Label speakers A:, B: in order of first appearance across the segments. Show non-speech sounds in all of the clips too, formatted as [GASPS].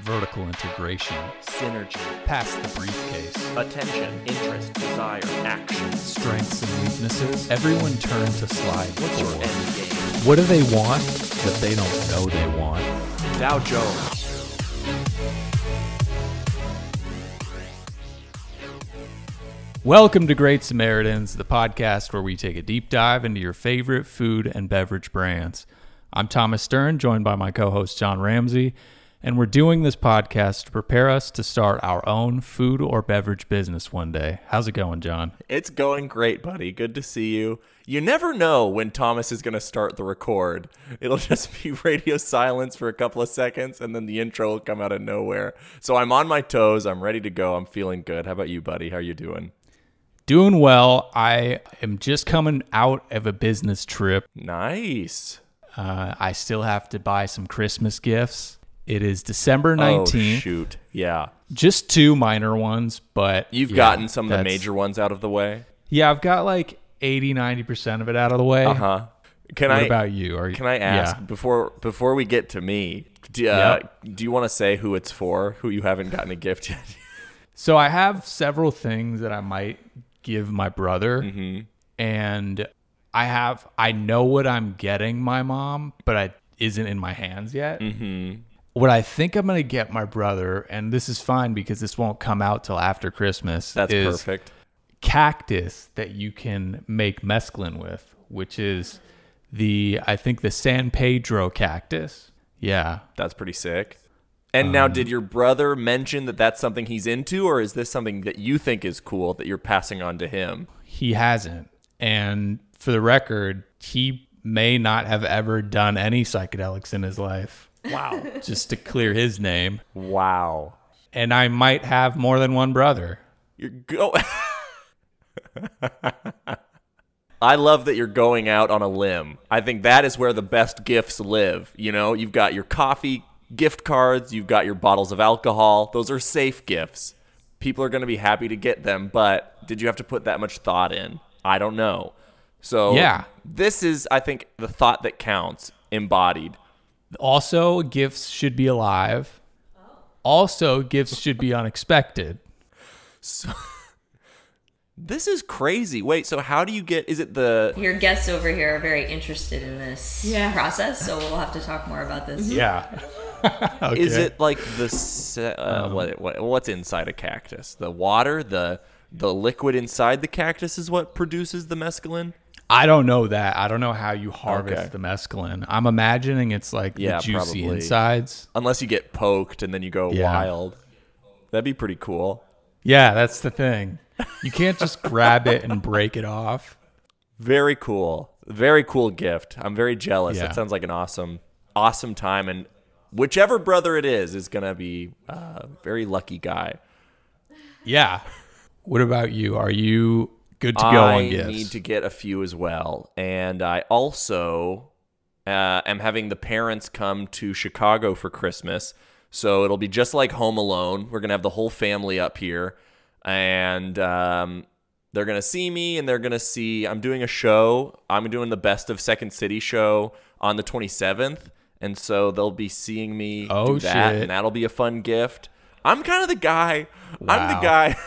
A: vertical integration,
B: synergy,
A: past the briefcase,
B: attention, interest, desire, action.
A: strengths and weaknesses. Everyone turn to slide
B: What's your
A: four.
B: end game?
A: What do they want that they don't know they want?
B: Dow Jones.
A: Welcome to Great Samaritans, the podcast where we take a deep dive into your favorite food and beverage brands. I'm Thomas Stern, joined by my co host John Ramsey, and we're doing this podcast to prepare us to start our own food or beverage business one day. How's it going, John?
B: It's going great, buddy. Good to see you. You never know when Thomas is going to start the record. It'll [LAUGHS] just be radio silence for a couple of seconds and then the intro will come out of nowhere. So I'm on my toes. I'm ready to go. I'm feeling good. How about you, buddy? How you doing?
A: Doing well. I am just coming out of a business trip.
B: Nice.
A: Uh, I still have to buy some Christmas gifts. It is December
B: Oh,
A: 19th.
B: shoot. Yeah.
A: just two minor ones, but
B: You've
A: yeah,
B: gotten some of the
A: that's-
B: major ones out of the way.
A: Yeah, I've got like 80, 90% of it out of the way.
B: Uh huh. Can
A: What
B: I
A: about you? Are you?
B: Can I ask
A: Yeah.
B: before before we get to me? Do, uh, do you want to say who it's for? Who you haven't gotten a gift yet? [LAUGHS]
A: So I have several things that I might give my brother,
B: Mm-hmm.
A: and I have I know what I'm getting my mom, but it isn't in my hands yet. Mm-hmm. What I think I'm gonna get my brother, and this is fine because this won't come out till after Christmas.
B: That's
A: is
B: perfect.
A: cactus that you can make mescaline with, which is the I think the San Pedro cactus. Yeah,
B: That's pretty sick. And now,
A: Um,
B: did your brother mention that that's something he's into, or is this something that you think is cool that you're passing on to him?
A: he hasn't. And for the record, he may not have ever done any psychedelics in his life. Wow. Just to clear his name.
B: [LAUGHS] Wow,
A: And I might have more than one brother.
B: you're go. [LAUGHS] I love that you're going out on a limb. I think that is where the best gifts live. You know, you've got your coffee gift cards, you've got your bottles of alcohol. Those are safe gifts. People are going to be happy to get them, but did you have to put that much thought in? I don't know. So,
A: Yeah.
B: this is, I think, the thought that counts embodied.
A: Also, gifts should be alive. Also, gifts should be unexpected.
B: This is crazy. Wait, so how do you get, is it the,
C: Your guests over here are very interested in this process, so we'll have to talk more about this.
A: Yeah. [LAUGHS] okay. Um,
B: Is it like the se- uh, what, what what's inside a cactus? The water, the the liquid inside the cactus is what produces the mescaline.
A: I don't know that. I don't know how you harvest
B: Okay.
A: the mescaline. I'm imagining it's like
B: Yeah,
A: the juicy
B: probably.
A: insides.
B: Unless you get poked and then you go
A: Yeah.
B: wild, that'd be pretty cool.
A: Yeah, that's the thing. You can't just grab it and break it off.
B: Very cool. Very cool gift. I'm very jealous.
A: Yeah.
B: That sounds like an awesome, awesome time. And whichever brother it is is gonna be a very lucky guy.
A: Yeah. What about you? Are you good to go
B: I
A: on gifts?
B: need to get a few as well, and I also uh, am having the parents come to Chicago for Christmas, so it'll be just like Home Alone. We're gonna have the whole family up here, and um, they're gonna see me, and they're gonna see I'm doing a show. I'm doing the Best of Second City show on the 27th, and so they'll be seeing me
A: Oh,
B: do that,
A: shit.
B: and that'll be a fun gift. I'm kind of the guy. I'm
A: Wow.
B: the guy. [LAUGHS]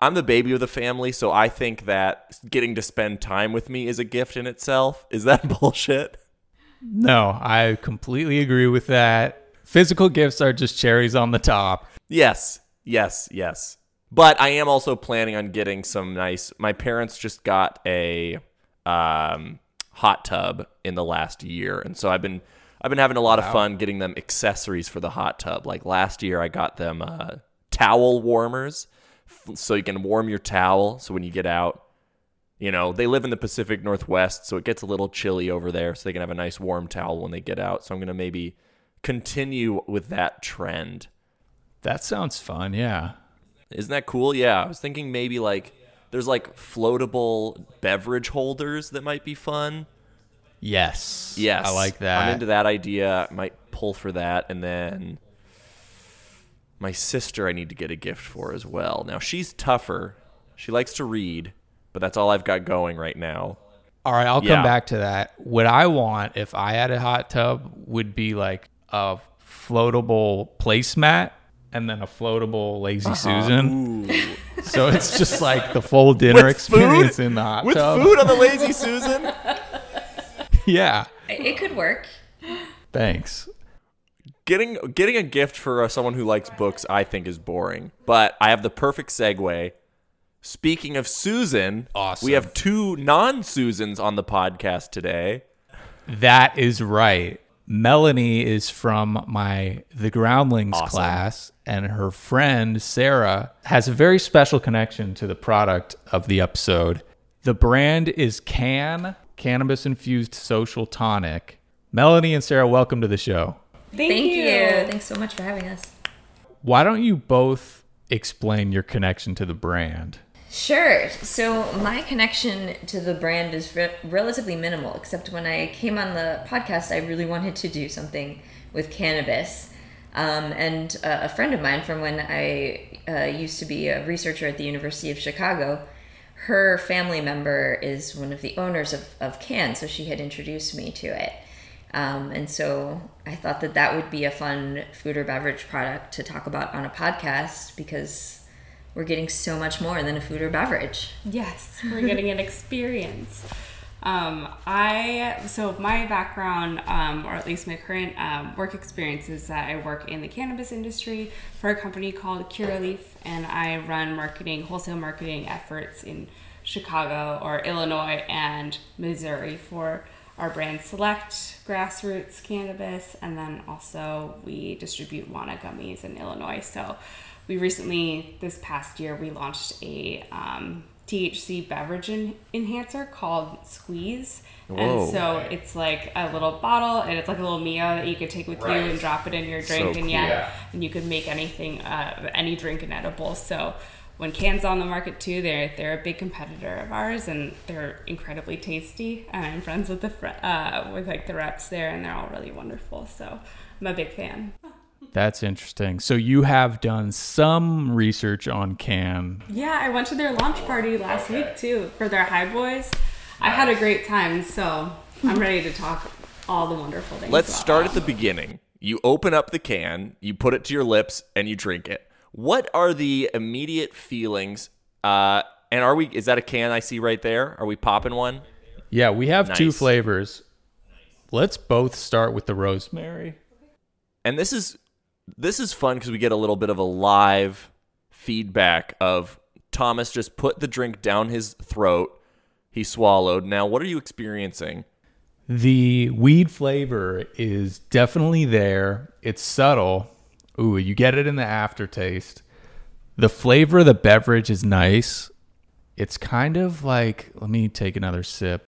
B: I'm the baby of the family, so I think that getting to spend time with me is a gift in itself. Is that [LAUGHS] bullshit?
A: no, I completely agree with that. Physical gifts are just cherries on the top.
B: Yes, yes, yes. But I am also planning on getting some nice. My parents just got a um, hot tub in the last year, and so I've been I've been having a lot of fun getting them accessories for the hot tub. Like last year, I got them uh, towel warmers, f- so you can warm your towel. So when you get out, you know they live in the Pacific Northwest, so it gets a little chilly over there. So they can have a nice warm towel when they get out. So I'm gonna maybe continue with that trend.
A: That sounds fun. Yeah.
B: Isn't that cool? Yeah, I was thinking maybe like there's like floatable beverage holders that might be fun.
A: Yes.
B: Yes,
A: I like that.
B: I'm into that idea. I might pull for that, and then my sister I need to get a gift for as well. Now she's tougher. She likes to read, but that's all I've got going right now.
A: All right, I'll
B: Yeah.
A: come back to that. What I want if I had a hot tub would be like a floatable placemat and then a floatable
B: Uh-huh.
A: lazy Susan.
B: Ooh.
A: So it's
B: [LAUGHS]
A: just like the full dinner
B: With
A: experience
B: food?
A: in the hot
B: With
A: tub.
B: food on the lazy Susan?
A: [LAUGHS] Yeah.
C: It it could work.
A: Thanks.
B: Getting getting a gift for uh, someone who likes books, I think, is boring. But I have the perfect segue. Speaking of Susan,
A: Awesome.
B: we have two non-Susans on the podcast today.
A: That is right. Melanie is from my the Groundlings class, and her friend Sarah has a very special connection to the product of the episode. The brand is Can Cannabis Infused Social Tonic. Melanie and Sarah, welcome to the show.
D: Thank,
C: Thank
D: you.
C: you. Thanks so much for having us.
A: Why don't you both explain your connection to the brand?
C: Sure. So my connection to the brand is re- relatively minimal, except when I came on the podcast, I really wanted to do something with cannabis. Um, and uh, a friend of mine from when I uh, used to be a researcher at the University of Chicago, her family member is one of the owners of, of Can, so she had introduced me to it. Um, and so I thought that that would be a fun food or beverage product to talk about on a podcast because we're getting so much more than a food or beverage.
D: Yes, [LAUGHS] we're getting an experience. Um, I so my background, um, or at least my current um, work experience, is that I work in the cannabis industry for a company called Cureleaf, and I run marketing, wholesale marketing efforts in Chicago or Illinois and Missouri for our brand Select Grassroots Cannabis, and then also we distribute Wana gummies in Illinois. So we recently, this past year, we launched a um, THC beverage en- enhancer called Squeeze.
B: Whoa.
D: And so it's like a little bottle, and it's like a little Mio that you could take with you and drop it in your drink,
B: So
D: and
B: cool.
D: yeah,
A: Yeah.
D: and you could make anything, uh, any drink an edible. So when cans on the market too, they're they're a big competitor of ours, and they're incredibly tasty. And I'm friends with the fr- uh, with like the reps there, and they're all really wonderful. So I'm a big fan.
A: That's interesting. So you have done some research on Can.
D: Yeah, I went to their launch party last week too for their High Boys. I had a great time, so I'm ready to talk all the wonderful things.
B: Let's
D: about
B: start
D: that.
B: at the beginning. You open up the can, you put it to your lips, and you drink it. What are the immediate feelings? Uh, and are we? Is that a can I see right there? Are we popping one?
A: Yeah, we have two
B: Nice.
A: flavors. Let's both start with the rosemary.
B: and this is this is fun because we get a little bit of a live feedback of Thomas just put the drink down his throat. He swallowed. Now, what are you experiencing?
A: The weed flavor is definitely there. It's subtle. Ooh, you get it in the aftertaste. The flavor of the beverage is nice. It's kind of like, let me take another sip.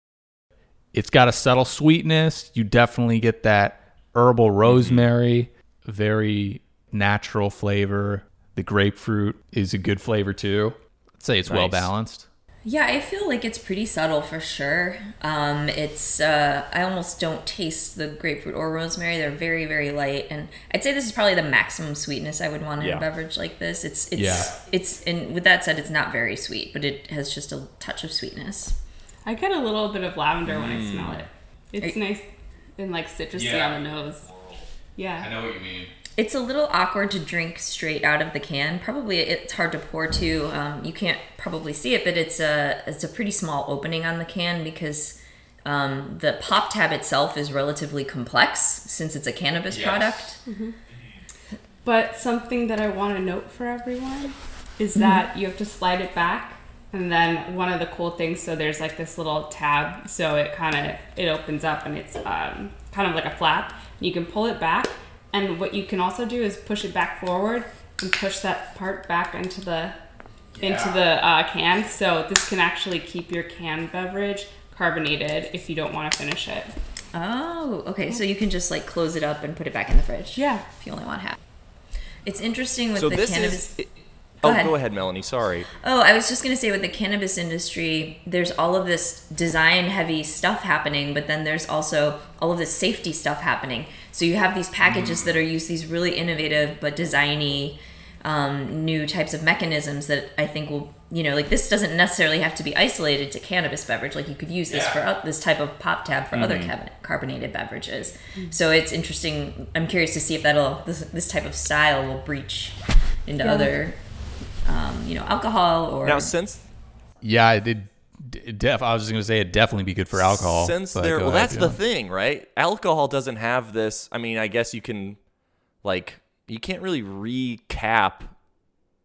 A: It's got a subtle sweetness. You definitely get that herbal rosemary, very natural flavor. The grapefruit is a good flavor too. I'd say it's well
B: Nice.
A: balanced.
C: Yeah, I feel like it's pretty subtle for sure. Um, it's uh, I almost don't taste the grapefruit or rosemary. They're very very light, and I'd say this is probably the maximum sweetness I would want in
B: Yeah.
C: a beverage like this. It's it's
A: Yeah.
C: it's and with that said, it's not very sweet, but it has just a touch of sweetness.
D: I get a little bit of lavender when I smell it. It's nice and like citrusy
A: Yeah.
D: on the nose. Yeah.
A: know what you mean.
C: It's a little awkward to drink straight out of the can. Probably it's hard to pour too. Um, you can't probably see it, but it's a it's a pretty small opening on the can because um, the pop tab itself is relatively complex since it's a cannabis product.
D: But something that I want to note for everyone is that you have to slide it back. And then one of the cool things, so there's like this little tab, so it kind of it opens up and it's um, kind of like a flap. You can pull it back, and what you can also do is push it back forward and push that part back into the into the uh, can. So this can actually keep your canned beverage carbonated if you don't want to finish it.
C: Oh, okay. So you can just like close it up and put it back in the fridge.
D: Yeah.
C: if you only want half. It's interesting with
B: so
C: the
B: this
C: cannabis.
B: is. it-
C: Go
B: oh,
C: ahead.
B: go ahead, Melanie. Sorry.
C: Oh, I was just going to say with the cannabis industry, there's all of this design heavy stuff happening, but then there's also all of this safety stuff happening. So you have these packages that are used, these really innovative but designy um, new types of mechanisms that I think will you know, like this doesn't necessarily have to be isolated to cannabis beverage. Like you could use this for o- this type of pop tab for other cabinet, carbonated beverages. So it's interesting. I'm curious to see if that'll this, this type of style will breach into other, um, you know, alcohol or
B: Now, since
A: Yeah, it did. d- Def, I was just gonna say it'd definitely be good for alcohol.
B: Since
A: but
B: there,
A: go
B: well,
A: ahead,
B: that's the
A: yeah.
B: thing, right? Alcohol doesn't have this. I mean, I guess you can, like, you can't really recap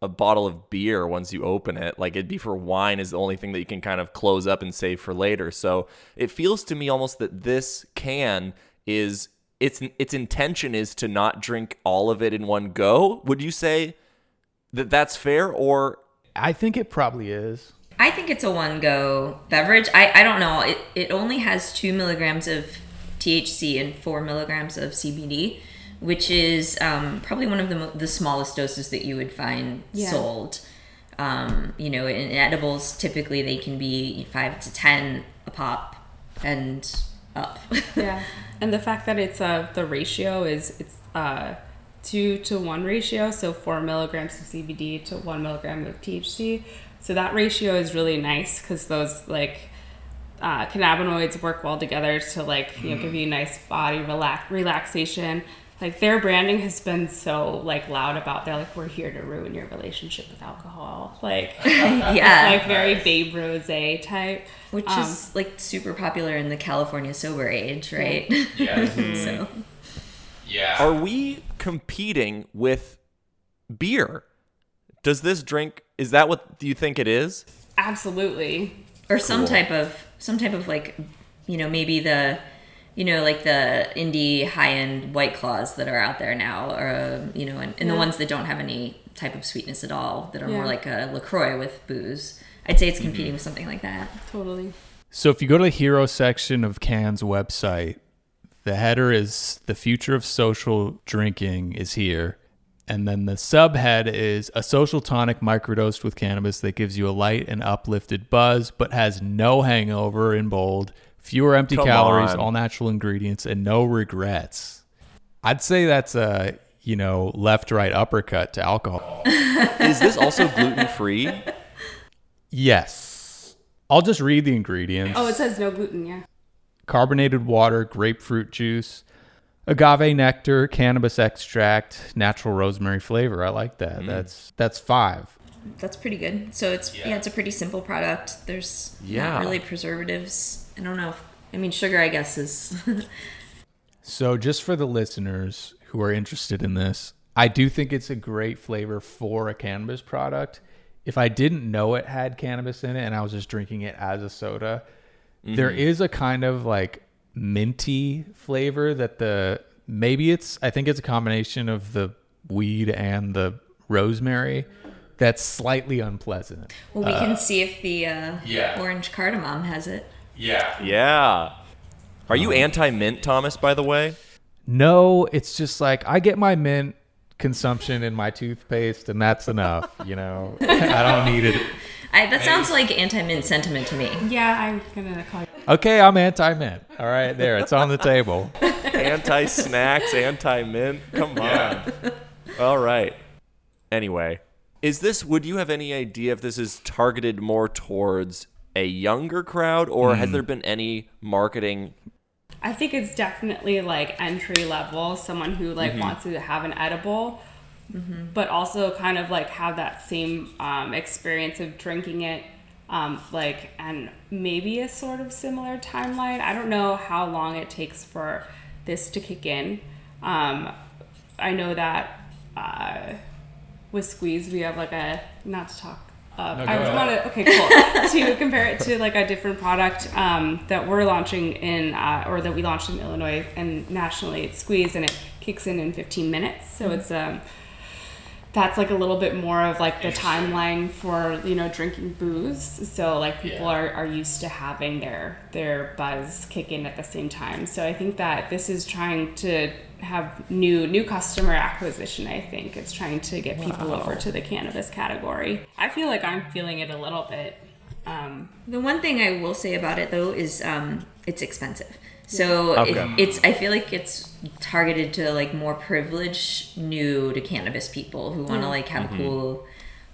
B: a bottle of beer once you open it. Like, it'd be for wine is the only thing that you can kind of close up and save for later. So it feels to me almost that this can is its its intention is to not drink all of it in one go. Would you say that that's fair, or
A: I think it probably is.
C: I think it's a one go beverage. I, I don't know. It, it only has two milligrams of THC and four milligrams of CBD, which is um, probably one of the, mo- the smallest doses that you would find
D: Yeah.
C: sold. Um, you know, in edibles, typically they can be five to 10 a pop and up.
D: yeah [LAUGHS] and the fact that it's uh the ratio is it's uh two to one ratio so four milligrams of cbd to one milligram of thc so that ratio is really nice because those like uh, cannabinoids work well together to like you know give you nice body relax relaxation like their branding has been so like loud about they're like we're here to ruin your relationship with alcohol [LAUGHS] like
C: [LAUGHS] yeah.
D: like very babe rose type
C: which
D: um,
C: is like super popular in the California sober age, right? [LAUGHS] so,
A: Yeah.
B: Are we competing with beer? Does this drink is that what you think it is?
D: absolutely
C: or some type of some type of like you know maybe the you know like the indie high end white claws that are out there now or um, you know and, and the ones that don't have any type of sweetness at all that are
D: Yeah.
C: more like a lacroix with booze i'd say it's competing with something like that
D: totally
A: So if you go to the hero section of Can's website, the header is the future of social drinking is here. And then the subhead is a social tonic microdosed with cannabis that gives you a light and uplifted buzz, but has no hangover in bold, fewer empty
B: Come
A: calories,
B: on.
A: all natural ingredients, and no regrets. I'd say that's a, you know, left right uppercut to alcohol.
B: Is this also gluten free?
A: Yes. I'll just read the ingredients.
D: oh it says no gluten yeah
A: carbonated water, grapefruit juice, agave nectar, cannabis extract, natural rosemary flavor. I like that. That's that's five.
C: that's pretty good so it's yeah, it's a pretty simple product there's
B: Yeah.
C: not really preservatives i don't know if, i mean sugar i guess is [LAUGHS]
A: So just for the listeners who are interested in this, I do think it's a great flavor for a cannabis product. If I didn't know it had cannabis in it and I was just drinking it as a soda, there is a kind of like minty flavor that the maybe it's I think it's a combination of the weed and the rosemary that's slightly unpleasant.
C: well we can see if the uh,
A: yeah.
C: orange cardamom has it
A: Yeah.
B: Yeah. Are you anti mint, Thomas, by the way?
A: No, it's just like I get my mint consumption in my toothpaste and that's enough, you know. I don't need it.
C: I, that sounds like anti-mint sentiment to me
D: Yeah, I'm gonna call you.
A: Okay, I'm anti mint. All right, there, it's on the table.
B: Anti snacks, anti mint? Come on. All right. Anyway, is this would you have any idea if this is targeted more towards a younger crowd or has there been any marketing
D: I think it's definitely like entry level, someone who like wants to have an edible, but also kind of like have that same um, experience of drinking it, um, like and maybe a sort of similar timeline. I don't know how long it takes for this to kick in. Um, I know that uh, with Squeeze we have like a not to talk. Uh, I
A: go
D: was
A: ahead.
D: want to okay cool [LAUGHS] to compare it to like a different product um, that we're launching in uh, or that we launched in Illinois and nationally it's Squeeze and it kicks in in 15 minutes so it's um that's like a little bit more of like the timeline for you know drinking booze so like people are, are used to having their their buzz kick in at the same time so i think that this is trying to have new new customer acquisition i think it's trying to get people over to the cannabis category i feel like i'm feeling it a little bit um,
C: The one thing I will say about it though is um, it's expensive. So
B: Okay.
C: it, it's I feel like it's targeted to like more privileged, new to cannabis people who want to like have a cool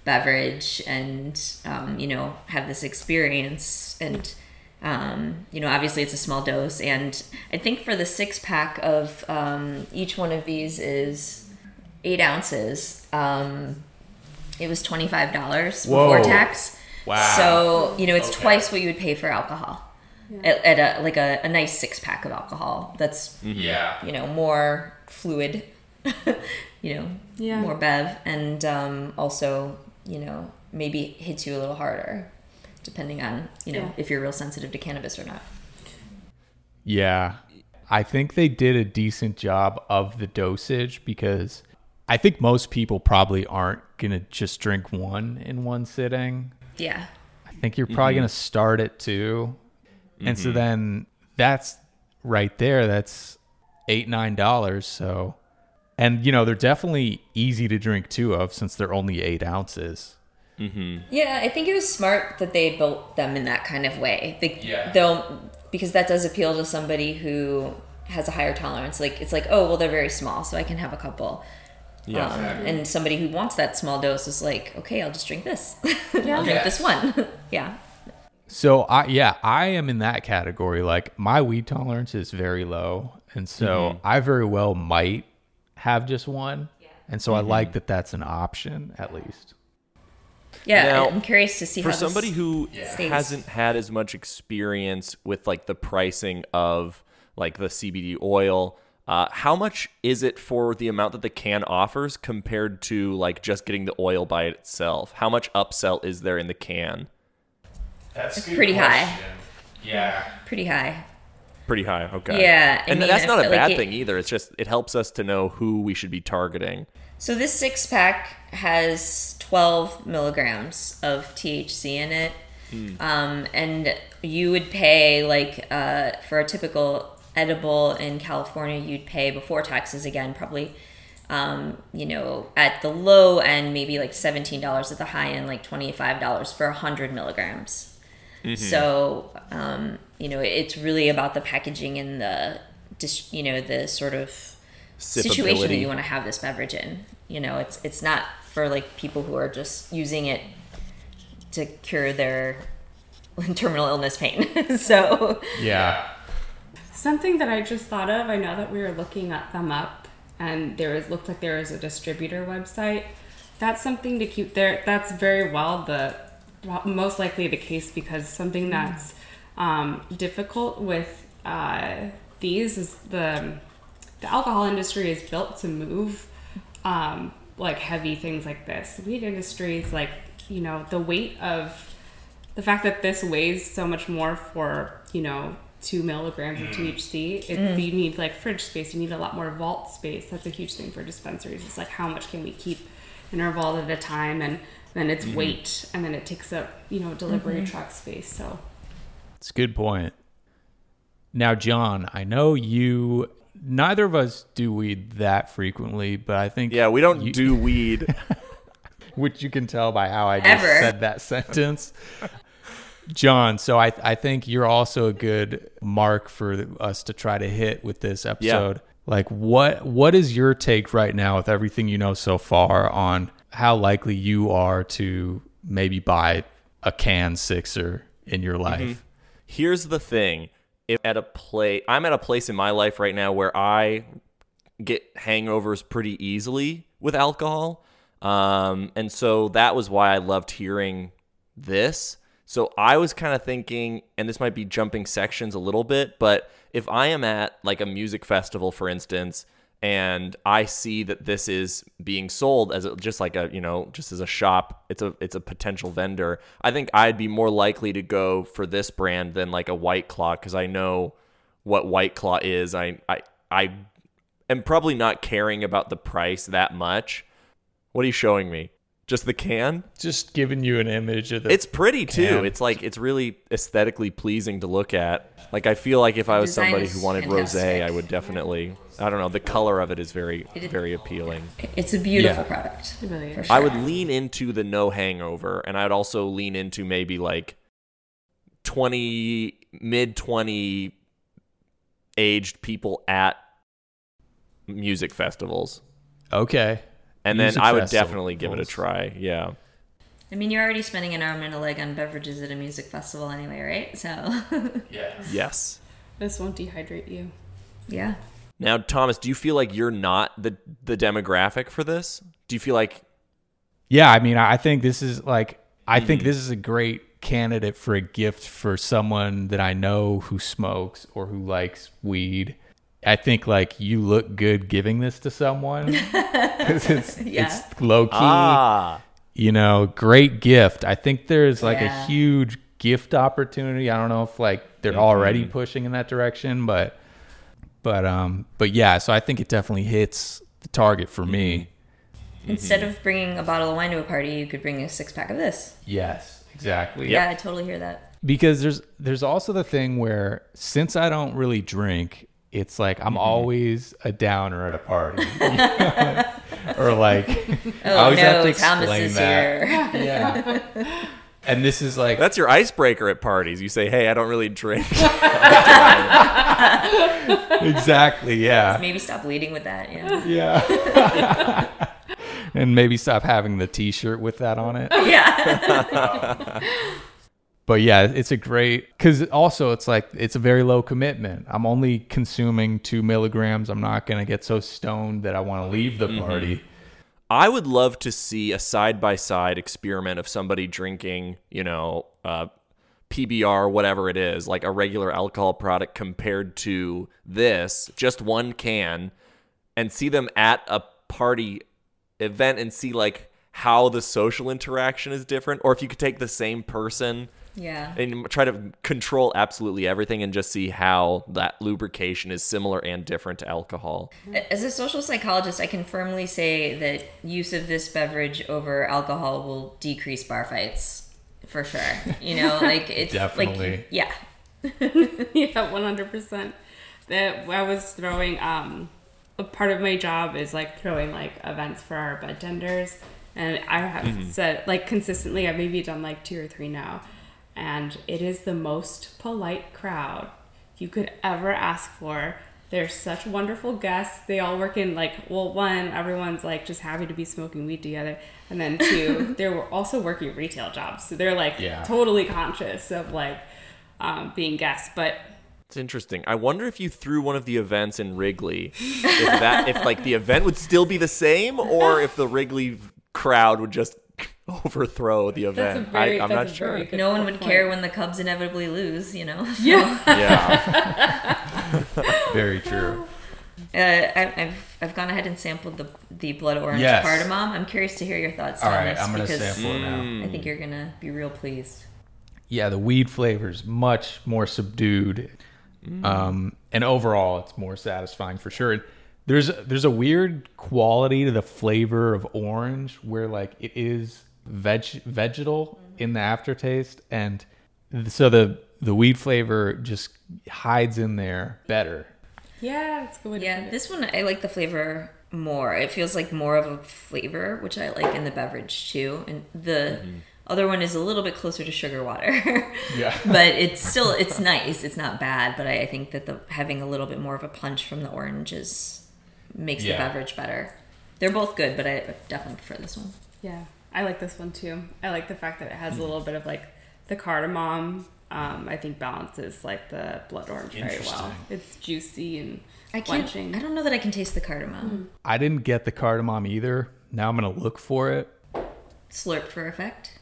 C: beverage and um, you know have this experience and um, you know obviously it's a small dose and i think for the six pack of um, each one of these is eight ounces um, it was $25
A: Whoa.
C: before tax
A: Wow.
C: so you know it's twice what you would pay for alcohol at, at a like a, a nice six pack of alcohol that's
A: Yeah.
C: you know more fluid [LAUGHS] you know
D: Yeah.
C: more bev and um, also you know maybe hits you a little harder depending on you know
D: Yeah.
C: if you're real sensitive to cannabis or not
A: Yeah. I think they did a decent job of the dosage because I think most people probably aren't going to just drink one in one sitting.
C: yeah
A: I think you're probably going to start at 2 And so then that's right there. That's eight, nine dollars. So, and you know, they're definitely easy to drink two of since they're only eight ounces.
C: yeah i think it was smart that they built them in that kind of way they,
A: Yeah.
C: they'll because that does appeal to somebody who has a higher tolerance like it's like oh well they're very small so i can have a couple
B: Yeah.
C: um, and somebody who wants that small dose is like okay i'll just drink this [LAUGHS] i'll drink
A: Yes.
C: this one [LAUGHS] yeah
A: So I yeah, I am in that category. Like my weed tolerance is very low, and so I very well might have just one. And so I like that that's an option at least.
C: Yeah,
B: Now,
C: I'm curious to see
B: for
C: how this-
B: somebody who
C: stays.
B: hasn't had as much experience with like the pricing of like the CBD oil, uh, how much is it for the amount that the can offers compared to like just getting the oil by itself? How much upsell is there in the can?
A: That's
C: It's good pretty high. question.
A: Yeah.
C: pretty high.
B: Pretty high. Okay.
C: Yeah, I
B: and
C: mean,
B: that's
C: I
B: not a
C: feel like
B: bad
C: it-
B: thing either. It's just it helps us to know who we should be targeting.
C: So this six pack has 12 milligrams of THC in it, um, and you would pay like uh, for a typical edible in California, you'd pay before taxes again probably. Um, you know, at the low end, maybe like seventeen dollars. At the high end, like twenty-five dollars for hundred milligrams. So, um, you know, it's really about the packaging and the, dis- you know, the sort of situation that
B: Sippability.
C: you want to have this beverage in. You know, it's it's not for like people who are just using it to cure their [LAUGHS] terminal illness pain. [LAUGHS] so,
A: Yeah.
D: Something that I just thought of, I know that we were looking at them up and there was looked like there was a distributor website. That's something to keep there. That's very well the well, most likely the case because something that's um, difficult with uh, these is the the alcohol industry is built to move um, like heavy things like this. Weed industry is like you know the weight of the fact that this weighs so much more for you know two milligrams of THC, it,
C: Mm.
D: you need like fridge space. You need a lot more vault space. That's a huge thing for dispensaries. It's like how much can we keep in our vault at a time, and then it's weight, and then it takes up you know delivery
C: Mm-hmm.
D: truck space. So
A: It's a good point. Now, John, I know you neither of us do weed that frequently, but I think
B: Yeah, we don't
A: you-
B: do weed.
A: which you can tell by how I just
C: Ever.
A: said that [LAUGHS] sentence. John, so I, I think you're also a good mark for us to try to hit with this episode. Like what what is your take right now with everything you know so far on how likely you are to maybe buy a can sixer in your life?
B: Mm-hmm. Here's the thing. If at a play I'm at a place in my life right now where I get hangovers pretty easily with alcohol. Um, and so that was why I loved hearing this. So I was kind of thinking, and this might be jumping sections a little bit, but if I am at like a music festival, for instance, and I see that this is being sold as a, just like a you know just as a shop, it's a it's a potential vendor. I think I'd be more likely to go for this brand than like a White Claw because I know what White Claw is. I I I am probably not caring about the price that much. What are you showing me? Just the can?
A: Just giving you an image of the
B: It's pretty too.
A: Can.
B: It's like it's really aesthetically pleasing to look at. Like I feel like if I was
C: Design
B: somebody
C: is
B: who wanted
C: fantastic.
B: rosé, I would definitely. I don't know. The color of it is very very appealing.
C: it's a beautiful
A: Yeah.
C: product.
D: It really
C: for
D: is.
C: sure.
B: I would lean into the no hangover, and I'd also lean into maybe like twenty mid twenty aged people at music festivals.
A: Okay.
B: And
A: Music
B: then I would
A: festivals.
B: definitely give it a try. Yeah.
C: I mean, you're already spending an arm and a leg on beverages at a music festival anyway, right? So, [LAUGHS]
A: Yes.
B: Yes.
D: This won't dehydrate you.
C: yeah.
A: Mm-hmm.
B: Now, Thomas, do you feel like you're not the the demographic for this? Do you feel like
A: Yeah, I mean, I think this is like, I
C: Hmm.
A: think this is a great candidate for a gift for someone that I know who smokes or who likes weed. I think like you look good giving this to someone
C: [LAUGHS]
A: 'Cause it's,
C: Yeah.
A: it's low key,
B: ah
A: you know, great gift. I think there's like a
C: Yeah. Mm-hmm.
A: huge gift opportunity. I don't know if like they're already pushing in that direction, but but um but yeah, so I think it definitely hits the target for me.
C: Mm-hmm. Instead of bringing a bottle of wine to a party, you could bring a six pack of this.
A: Yes, exactly.
C: Yeah, I totally hear that.
A: because there's there's also the thing where since I don't really drink, it's like I'm always a downer at a [LAUGHS] party, or like I
C: Oh
A: always have to
C: no, Thomas
A: explain
C: is
A: that.
C: [LAUGHS] here.
A: Yeah, and this is [LAUGHS] like
B: that's your icebreaker at parties. You say, "Hey, I don't really drink."
A: exactly yeah
C: Maybe stop leading with that.
A: [LAUGHS]
C: Yeah.
A: yeah. [LAUGHS] And maybe stop having the T-shirt with that on it.
C: yeah.
A: [LAUGHS] But yeah, it's a great because also it's like it's a very low commitment. I'm only consuming two milligrams. I'm not gonna get so stoned that I want to leave the party.
B: I would love to see a side by side experiment of somebody drinking, you know, uh, PBR, whatever it is, like a regular alcohol product compared to this, just one can, and see them at a party event and see like how the social interaction is different, or if you could take the same person
C: Yeah.
B: and try to control absolutely everything and just see how that lubrication is similar and different to alcohol.
C: As a social psychologist, I can firmly say that use of this beverage over alcohol will decrease bar fights for sure. You
A: [LAUGHS]
C: know, like it's
A: Definitely.
C: like yeah.
D: [LAUGHS] yeah, one hundred percent. That I was throwing. Um, a part of my job is like throwing like events for our bedtenders, and I have said like consistently. I've maybe done like two or three now, and it is the most polite crowd you could ever ask for. They're such wonderful guests. They all work in like well, one, everyone's like just happy to be smoking weed together, and then two, they were also working retail jobs, so they're like
A: Yeah.
D: totally conscious of like um, being guests, but
B: It's interesting. I wonder if you threw one of the events in Wrigley, if that, if like the event would still be the same, or if the Wrigley crowd would just [LAUGHS] overthrow the
D: that's
B: event.
D: a very,
B: I, I'm
D: that's
B: not
D: a
B: sure.
D: very good
C: No one would
D: point.
C: care when the Cubs inevitably lose, you know.
D: Yeah,
B: Yeah,
A: Very true.
C: Uh, I, I've I've gone ahead and sampled the the blood orange
A: Yes.
C: cardamom. I'm curious to hear your thoughts.
A: All
C: on
A: right,
C: this
A: I'm gonna
C: because
A: sample it now.
C: I think you're gonna be real pleased.
A: yeah, the weed flavor's much more subdued, um, and overall, it's more satisfying for sure. There's there's a weird quality to the flavor of orange where like it is veg vegetal in the aftertaste, and th- so the the weed flavor just hides in there better.
D: [LAUGHS] yeah, that's a good. Way to put
C: Yeah,
D: it.
C: this one I like the flavor more. It feels like more of a flavor, which I like in the beverage too. And the other one is a little bit closer to sugar water.
A: Mm-hmm. [LAUGHS] Yeah.
C: [LAUGHS] but it's still it's nice. It's not bad, but I, I think that the having a little bit more of a punch from the oranges makes
A: Yeah.
C: the beverage better. They're both good, but I definitely prefer this one.
D: Yeah, I like this one too. I like the fact that it has a little bit of like the cardamom. Um, I think balances like the blood orange very well.
A: Interesting.
D: It's juicy and
C: I can't.
D: quenching.
C: I don't know that I can taste the
D: Hmm.
C: cardamom.
A: I didn't get the cardamom either. Now I'm gonna look for it.
C: Slurp for effect.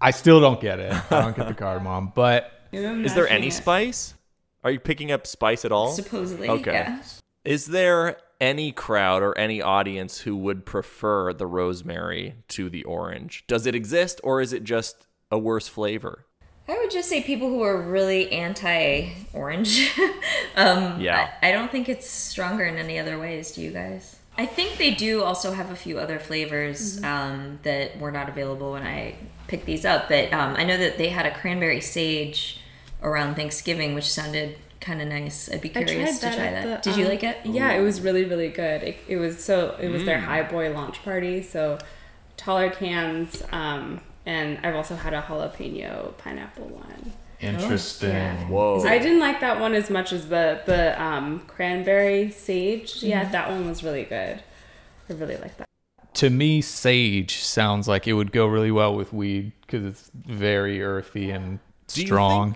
A: I still don't get it. I don't get the cardamom, but
D: Maybe I'm
B: is there
D: not
B: any
D: seeing it.
B: spice? Are you picking up spice at all?
C: Supposedly,
B: Oh, Okay.
C: yeah.
B: Is there any crowd or any audience who would prefer the rosemary to the orange? Does it exist, or is it just a worse flavor?
C: I would just say people who are really anti-orange. [LAUGHS] um,
B: Yeah.
C: I, I don't think it's stronger in any other ways. Do you guys? I think they do also have a few other flavors
D: Mm-hmm.
C: um, that were not available when I picked these up. But um, I know that they had a cranberry sage around Thanksgiving, which sounded kind of nice. I'd be
D: I tried
C: curious to
D: that
C: try
D: at
C: that.
D: the,
C: Did you
D: um,
C: like it?
D: Yeah, it was really really good. It, it was so it was
B: Mm.
D: their high boy launch party. So taller cans. Um, and I've also had a jalapeno pineapple one.
A: interesting.
B: Whoa!
D: I didn't like that one as much as the the um, cranberry sage. Yeah, that one was really good. I really like that.
A: to me, sage sounds like it would go really well with weed because it's very earthy and
B: Do you
A: strong.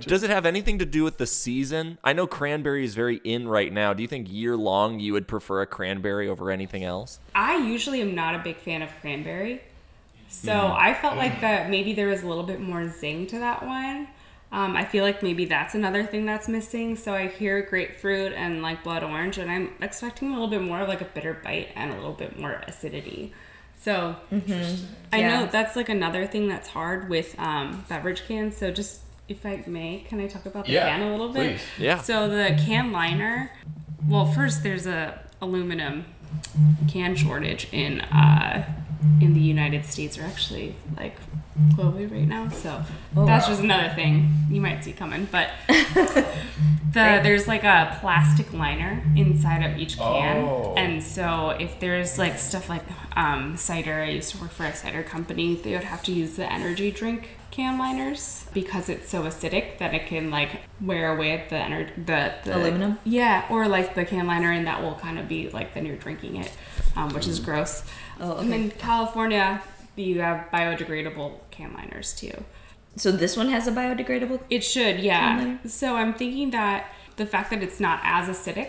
B: Does it have anything to do with the season? I know cranberry is very in right now. Do you think year long you would prefer a cranberry over anything else?
D: I usually am not a big fan of cranberry. So
A: Mm.
D: I felt like that maybe there was a little bit more zing to that one. Um, I feel like maybe that's another thing that's missing. So I hear grapefruit and like blood orange, and I'm expecting a little bit more of like a bitter bite and a little bit more acidity. So I
C: Yeah.
D: know that's like another thing that's hard with um, beverage cans. So just if I may, can I talk about the
A: Yeah,
D: can a little bit?
A: please.
B: Yeah.
D: So the can liner. Well, first there's a aluminum can shortage in uh, in the United States, or actually like globally right now. So that's just another thing you might see coming. But the there's like a plastic liner inside of each can,
A: Oh.
D: and so if there's like stuff like um, cider, I used to work for a cider company. They would have to use the energy drink can liners because it's so acidic that it can like wear away at the energy the, the
C: Aluminum?
D: yeah, or like the can liner, and that will kind of be like then you're drinking it, um, which is gross.
C: Oh,
D: And
C: okay.
D: in California, you have biodegradable can liners too.
C: So this one has a biodegradable.
D: It should,
C: Can
D: yeah.
C: liner?
D: So I'm thinking that the fact that it's not as acidic,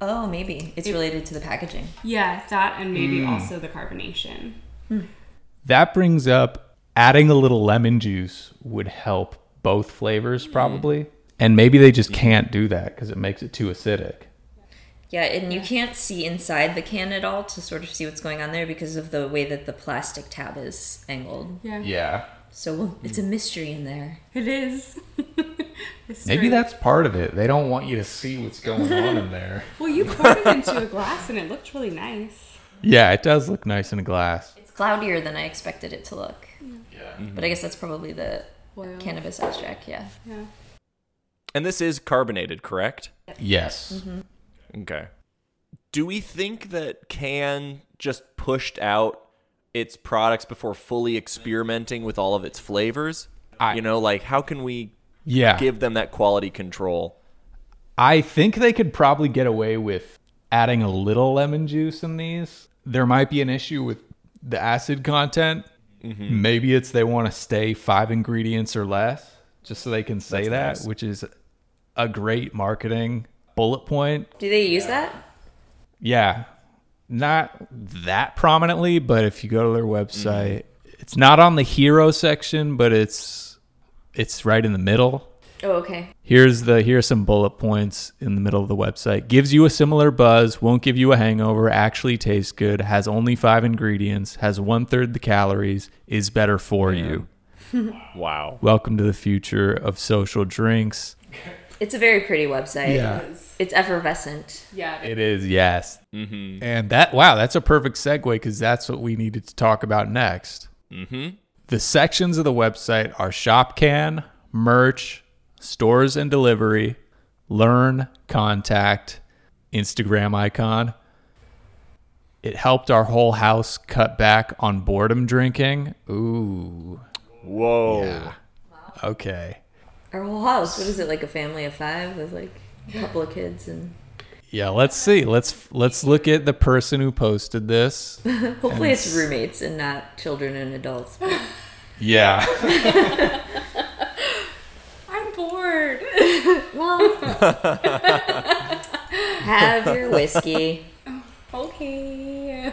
C: Oh, maybe it's related to the packaging.
D: yeah, that and maybe
A: Mm.
D: also the carbonation.
A: That brings up adding a little lemon juice would help both flavors probably. And maybe they just can't do that because it makes it too acidic.
C: Yeah, and you can't see inside the can at all to sort of see what's going on there because of the way that the plastic tab is angled.
D: Yeah,
A: Yeah.
C: So we'll, it's a mystery in there.
D: it is. [LAUGHS] It's
A: Maybe
D: true.
A: that's part of it. They don't want you to see what's going on in there.
D: Well, you poured it into a glass, and it looked really nice.
A: [LAUGHS] Yeah, it does look nice in a glass.
C: It's cloudier than I expected it to look.
A: Yeah.
C: But I guess that's probably the
D: Oil.
C: cannabis extract, yeah.
D: Yeah.
B: And this is carbonated, correct?
A: Yes.
D: Mm-hmm.
B: Okay. Do we think that Can just pushed out its products before fully experimenting with all of its flavors?
A: I-
B: you know, like how can we
A: Yeah.
B: give them that quality control?
A: I think they could probably get away with adding a little lemon juice in these. There might be an issue with the acid content.
B: Mm-hmm.
A: Maybe it's they want to stay five ingredients or less, just so they can say that,
B: That's nice.
A: which is a great marketing bullet point.
C: Do they use that?
A: Yeah. Not that prominently, but if you go to their
B: Mm-hmm.
A: website, it's not on the hero section, but it's it's right in the middle.
C: Oh, okay.
A: Here's the here's some bullet points in the middle of the website. Gives you a similar buzz, won't give you a hangover, actually tastes good, has only five ingredients, has one third the calories, is better for you.
B: Wow.
A: Welcome to the future of social drinks.
C: It's a very pretty website. It's effervescent.
D: Yeah.
A: It is, yes. And that wow, that's a perfect segue because that's what we needed to talk about next.
B: Mm-hmm.
A: The sections of the website are shop can, merch, stores and delivery, learn, contact, Instagram icon. It helped our whole house cut back on boredom drinking. Ooh,
B: Whoa.
A: okay.
C: Our whole house, what is it, like a family of five with like a couple of kids and
A: Yeah, let's see. Let's let's look at the person who posted this.
C: hopefully it's
A: s-
C: roommates and not children and adults. but-
A: [LAUGHS] Yeah.
D: I'm bored. [LAUGHS]
C: Well, [LAUGHS] have your whiskey.
D: okay.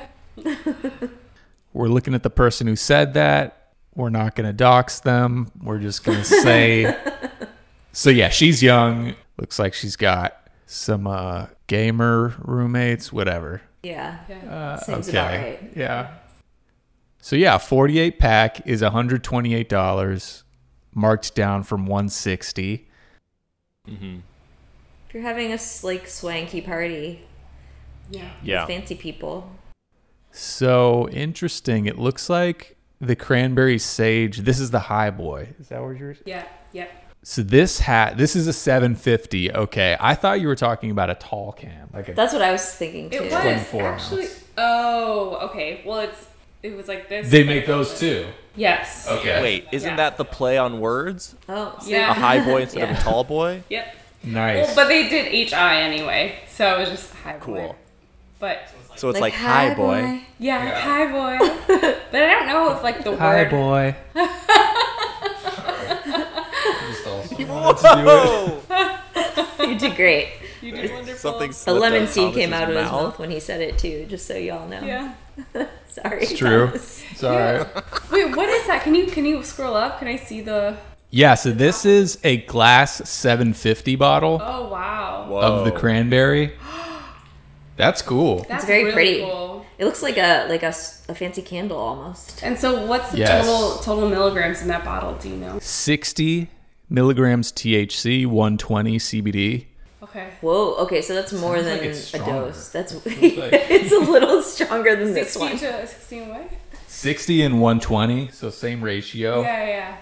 A: We're looking at the person who said that. We're not going to dox them. We're just going to
C: [LAUGHS]
A: say. so, yeah, she's young. Looks like she's got some uh, gamer roommates, whatever.
C: Yeah,
A: Uh,
C: Seems
A: okay.
C: about right.
A: Yeah. So, yeah, 48 pack is $128, marked down from 160
B: Mm-hmm.
C: if you're having a s- like swanky party,
D: Yeah.
B: Yeah.
C: with fancy people.
A: So interesting. It looks like the cranberry sage. This is the high boy. Is that what yours?
D: Yeah. Yep.
A: So this hat, this is a 750. Okay, I thought you were talking about a tall can, like a
C: That's what I was thinking too.
D: It
A: Twenty
D: was
A: four
D: actually.
A: ounce.
D: Oh, okay. Well, it's it was like this.
A: they Oh. make those too.
D: yes.
A: Okay,
B: Wait, isn't
D: Yeah.
B: that the play on words?
C: Oh, so
D: Yeah.
B: A high boy instead of
C: [LAUGHS] Yeah.
B: a tall boy?
D: Yep.
A: nice.
D: Oh, Well, but they did HI anyway, so it was just high.
B: Cool.
D: But
B: So it's like, hi, boy.
D: yeah, like, [LAUGHS] hi boy. but I don't know if like the word [LAUGHS]
A: boy.
E: Just also-
B: Whoa!
C: You did great.
D: you did wonderful.
B: Something
C: A
B: slipped
C: lemon
B: out of
C: seed came
B: Thomas's
C: out of his mouth when he said it too. Just so y'all know.
D: Yeah.
C: [LAUGHS] Sorry.
A: It's true.
C: Thomas.
E: It's alright.
D: Wait, what is that? Can you can you scroll up? Can I see the
A: Yeah, so this is a glass 750 bottle
D: Oh wow.
B: Whoa.
A: of the cranberry. That's cool.
D: That's
C: very
D: really
C: pretty.
D: cool.
C: It looks like a like a, s- a fancy candle almost.
D: And so what's the
A: Yes.
D: total total milligrams in that bottle, do you know?
A: 60 milligrams THC, 120 CBD.
D: Okay.
C: Whoa. Okay, so that's more
E: Sounds like
C: than
E: it's
C: a
E: stronger.
C: dose. That's [LAUGHS] it's a little stronger than this
D: Sixteen
C: one.
D: to sixteen what?
A: 60 and 120, so same ratio.
D: Yeah, yeah.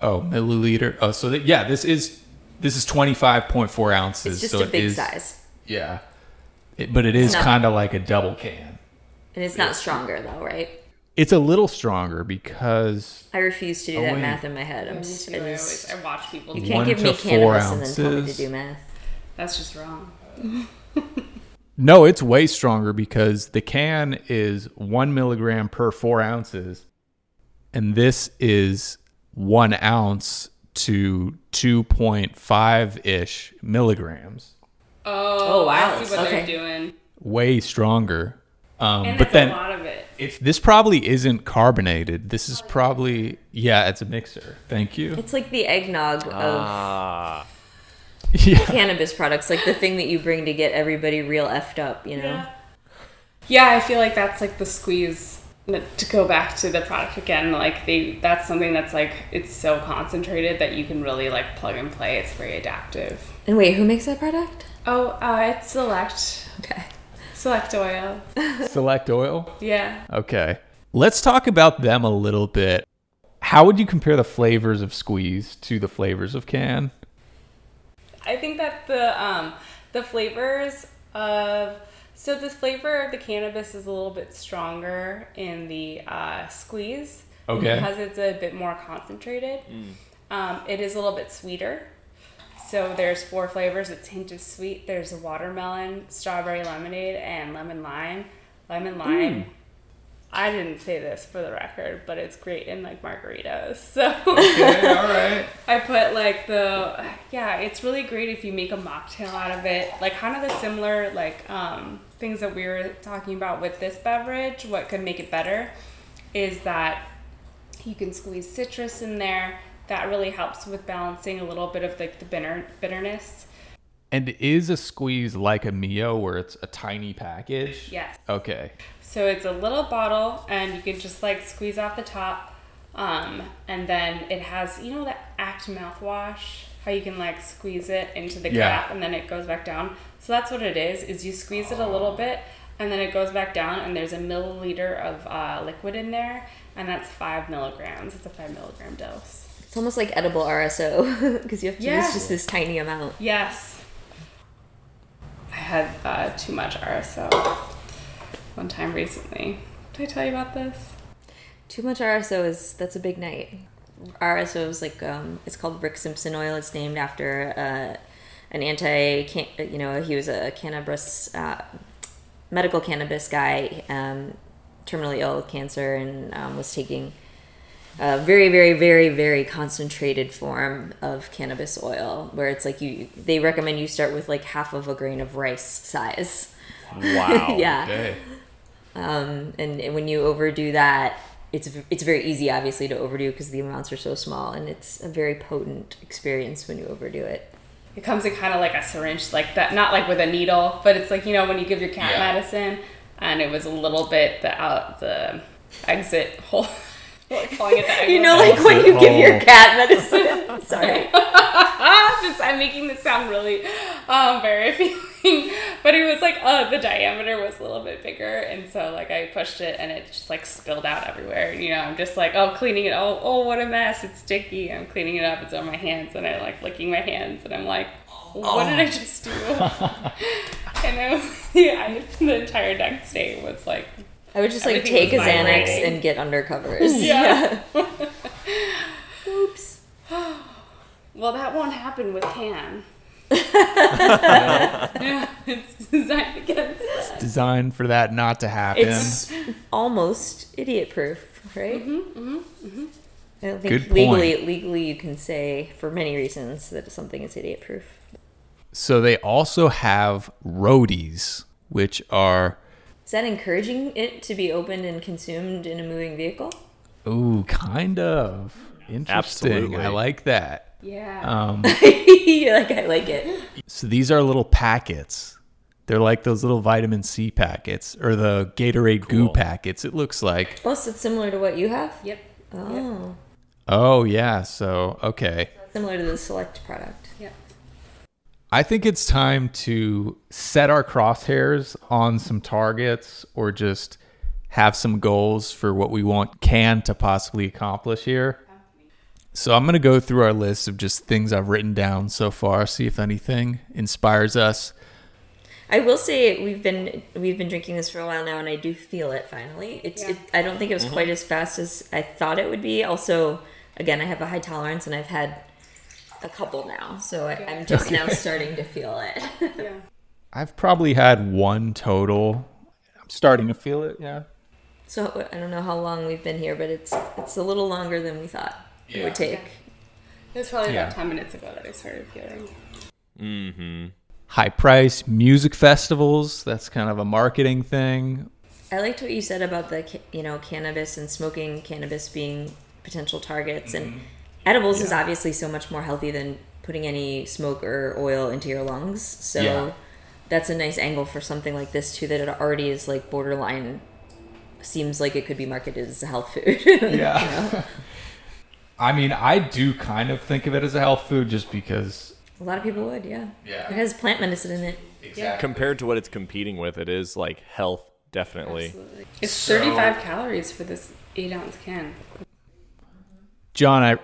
A: Oh, milliliter. Oh, so that, yeah, this is this is 25.4 ounces.
C: It's just
A: so
C: a
A: it
C: big
A: is-
C: size,
A: Yeah. It, but it is
C: not-
A: kind of like a double can.
C: and it's not stronger though, right?
A: It's a little stronger because
C: I refuse to do
A: Oh,
C: that
A: wait.
C: math in my head. I'm
D: Me
C: just,
D: too.
C: I
D: I
C: just-
D: always I watch people
C: you
D: do
C: can't
A: One
C: give me
A: to four
C: cannabis and then tell me
A: ounces.
C: to do math.
D: that's just wrong.
A: No, it's way stronger because the can is one milligram per four ounces, and this is one ounce to 2.5 ish milligrams.
D: Oh,
C: Oh, wow.
D: I see what
C: Okay.
D: they're doing.
A: Way stronger. Um,
D: And
A: but
D: that's
A: then
D: a lot of it.
A: it's, this probably isn't carbonated. This
C: Oh,
A: is probably, yeah, it's a mixer. Thank you.
C: It's like the eggnog of
B: Ah.
A: [LAUGHS] Yeah.
C: cannabis products, like the thing that you bring to get everybody real effed up, you know?
D: Yeah. Yeah, I feel like that's like the squeeze N- to go back to the product again. Like they, that's something that's like it's so concentrated that you can really like plug and play. It's very adaptive.
C: And wait, who makes that product?
D: Oh, uh, it's select
C: Okay.
D: select oil.
C: [LAUGHS]
A: Select oil.
D: Yeah.
A: Okay. Let's talk about them a little bit. How would you compare the flavors of squeeze to the flavors of can?
D: I think that the um, the flavors of so the flavor of the cannabis is a little bit stronger in the uh, squeeze
A: Okay.
D: because it's a bit more concentrated. Um, it is a little bit sweeter. So there's four flavors. It's hint of sweet. There's watermelon, strawberry lemonade, and lemon lime. Lemon lime. I didn't say this for the record, but it's great in like margaritas. [LAUGHS] So.
A: Okay, all right.
D: I put like the yeah, it's really great if you make a mocktail out of it. Like kind of the similar like um, things that we were talking about with this beverage. What could make it better is that you can squeeze citrus in there. That really helps with balancing a little bit of like the bitter bitterness.
A: And is a squeeze like a Mio where it's a tiny package?
D: Yes.
C: [LAUGHS]
A: Okay.
D: So it's a little bottle, and you can just like squeeze off the top, um, and then it has you know that Act mouthwash, how you can like squeeze it into the
A: Yeah.
D: cap, and then it goes back down. So that's what it is: is you squeeze it a little bit, and then it goes back down, and there's a milliliter of uh, liquid in there, and that's five milligrams. It's a five milligram dose.
C: It's almost like edible [LAUGHS] RSO because you have to
D: Yeah.
C: use just this tiny amount.
D: Yes. I had uh, too much RSO one time recently. Did I tell you about this?
C: Too much RSO is that's a big night. RSO is like um, it's called Rick Simpson oil. It's named after uh, an anti, can- you know, he was a cannabis uh, medical cannabis guy, um, terminally ill with cancer, and um, was taking a very, very, very, very concentrated form of cannabis oil, where it's like you they recommend you start with like half of a grain of rice size.
B: Wow.
C: yeah.
A: Okay.
C: Um, and when you overdo that, it's it's very easy, obviously, to overdo because the amounts are so small, and it's a very potent experience when you overdo it.
D: It comes in kind of like a syringe, like that, not like with a needle, but it's like you know when you give your cat
A: Yeah.
D: medicine, and it was a little bit the out the exit hole. [LAUGHS] like calling it the exit
C: You know,
D: hole.
C: like when you give your
A: Oh.
C: cat [LAUGHS] medicine. Sorry.
D: Ah, this- I'm making this sound really um, very [LAUGHS] appealing, but it was like uh, the diameter was a little bit bigger, and so like I pushed it, and it just like spilled out everywhere. You know, I'm just like oh cleaning it, oh oh what a mess, it's sticky. I'm cleaning it up, it's on my hands, and I like licking my hands, and I'm like, what did I just do? [LAUGHS] and I was, [LAUGHS] yeah, I, the entire next day was like
C: I would just like
D: Everything
C: take a
D: was
C: Xanax
D: vibrating.
C: and get [LAUGHS] undercovers.
D: Yeah.
C: Yeah. Oops.
D: Well, that won't [LAUGHS] happen with Pan. yeah, it's designed against that.
A: designed for that not to happen.
C: It's almost idiot proof, right? Mm-hmm, mm-hmm, I don't think
A: Good
C: legally legally you can say for many reasons that something is idiot proof.
A: so they also have roadies, which are
C: Is that encouraging it to be opened and consumed in a moving vehicle? [LAUGHS]
A: ooh, kind of interesting.
B: Absolutely. Um,
A: I like that. Oh.
D: Yeah.
C: You're like I like it.
A: [LAUGHS] So these are little packets. They're like those little vitamin C packets or the Gatorade goo
B: Cool.
A: packets. It looks like
C: Plus, it's similar to what you have.
D: yep.
C: Oh,
A: Oh, yeah. So, okay.
C: similar to the select product.
D: Yep.
A: I think it's time to set our crosshairs on some targets or just have some goals for what we want can to possibly accomplish here. So, I'm going to go through our list of just things I've written down so far, see if anything inspires us.
C: I will say we've been we've been drinking this for a while now, and I do feel it finally. It's it, I don't think it was quite as fast as I thought it would be. Also, again, I have a high tolerance, and I've had a couple now, so I, I'm just now starting to feel it. [LAUGHS]
A: I've probably had one total. I'm starting to feel it. Yeah.
C: so I don't know how long we've been here, but it's it's a little longer than we thought it would take.
D: It was probably
A: Yeah.
D: about 10 minutes ago that I started feeling.
A: High price music festivals. That's kind of a marketing thing.
C: I liked what you said about the ca- you know cannabis and smoking cannabis being potential targets and
A: Mm-hmm.
C: edibles is obviously so much more healthy than putting any smoke or oil into your lungs. So
A: Yeah.
C: that's a nice angle for something like this too that it already is like borderline seems like it could be marketed as a health food. [LAUGHS]
A: Yeah. [LAUGHS] I mean, I do kind of think of it as a health food just because.
C: a lot of people would, yeah.
A: Yeah.
C: It has plant medicine in it.
B: Compared to what it's competing with, it is like health definitely.
D: Absolutely. It's 35 calories for this 8 ounce can.
A: John, I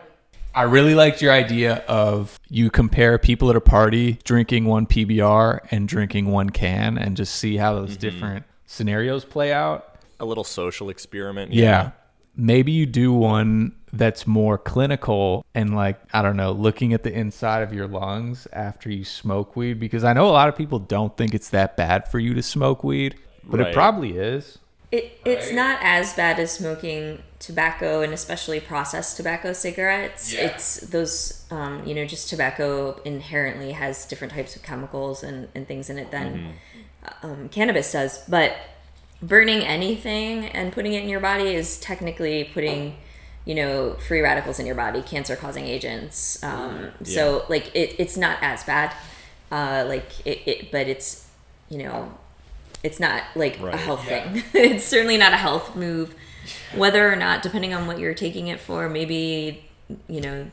A: I really liked your idea of you compare people at a party drinking one PBR and drinking one can and just see how those different scenarios play out.
B: A little social experiment.
A: Yeah. Maybe you do one that's more clinical and like, I don't know, looking at the inside of your lungs after you smoke weed because I know a lot of people don't think it's that bad for you to smoke weed, but it
B: Right.
A: probably is.
C: It, it's not as bad as smoking tobacco and especially processed tobacco cigarettes.
A: Yeah.
C: It's those, um, you know, just tobacco inherently has different types of chemicals and, and things in it than um, cannabis does. But burning anything and putting it in your body is technically putting, you know, free radicals in your body, cancer causing agents. Um, So, like, it, it's not as bad. Uh, like, it, it, but it's, you know, it's not like a
B: Right.
C: health thing. [LAUGHS] it's certainly not a health move. Whether or not, depending on what you're taking it for, maybe you know,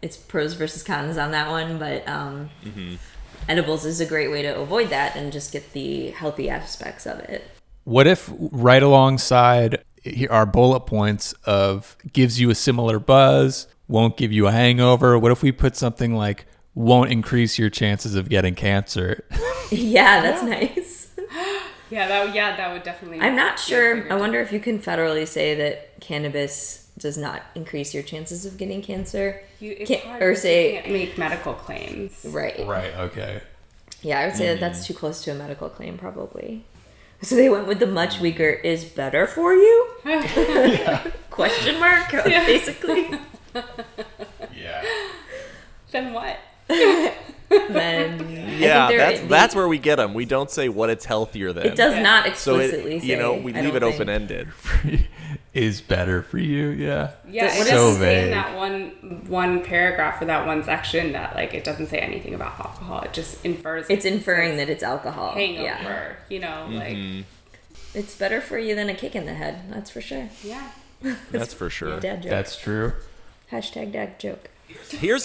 C: it's pros versus cons on that one. But um, edibles is a great way to avoid that and just get the healthy aspects of it. [LAUGHS]
A: What if right alongside here are bullet points of gives you a similar buzz, won't give you a hangover? What if we put something like won't increase your chances of getting cancer?
C: yeah, that's nice.
D: Yeah, that yeah, that would definitely
C: I'm not sure. I wonder if you can federally say that cannabis does not increase your chances of getting cancer.
D: You, it's
C: Can't-
D: hard
C: or
D: because you
C: say-
D: can't make medical claims.
C: Right.
A: Right, [LAUGHS] okay.
C: Yeah, I would say that that's too close to a medical claim, probably. So they went with the much weaker is better for you? [LAUGHS] Question mark, basically.
A: Yeah.
D: Then what?
C: then
B: Yeah,
C: they're
B: that's
C: in the-
B: that's where we get them. We don't say what it's healthier than.
C: it does not
B: So it-
C: explicitly say.
B: you know, we
C: I
B: leave it
C: don't think.
B: open ended.
A: Is better for you, yeah.
D: Yeah,
C: That's
D: it
A: so
D: doesn't say in
A: vague.
D: that one one paragraph or that one section that like it doesn't say anything about alcohol. It just infers
C: It's inferring that it's alcohol.
D: hangover.
C: Yeah.
D: You know,
B: Mm-hmm.
D: like
C: It's better for you than a kick in the head, that's for sure. [LAUGHS]
D: yeah.
B: That's for sure.
C: Dad joke.
A: That's true.
C: Hashtag dad joke.
B: Here's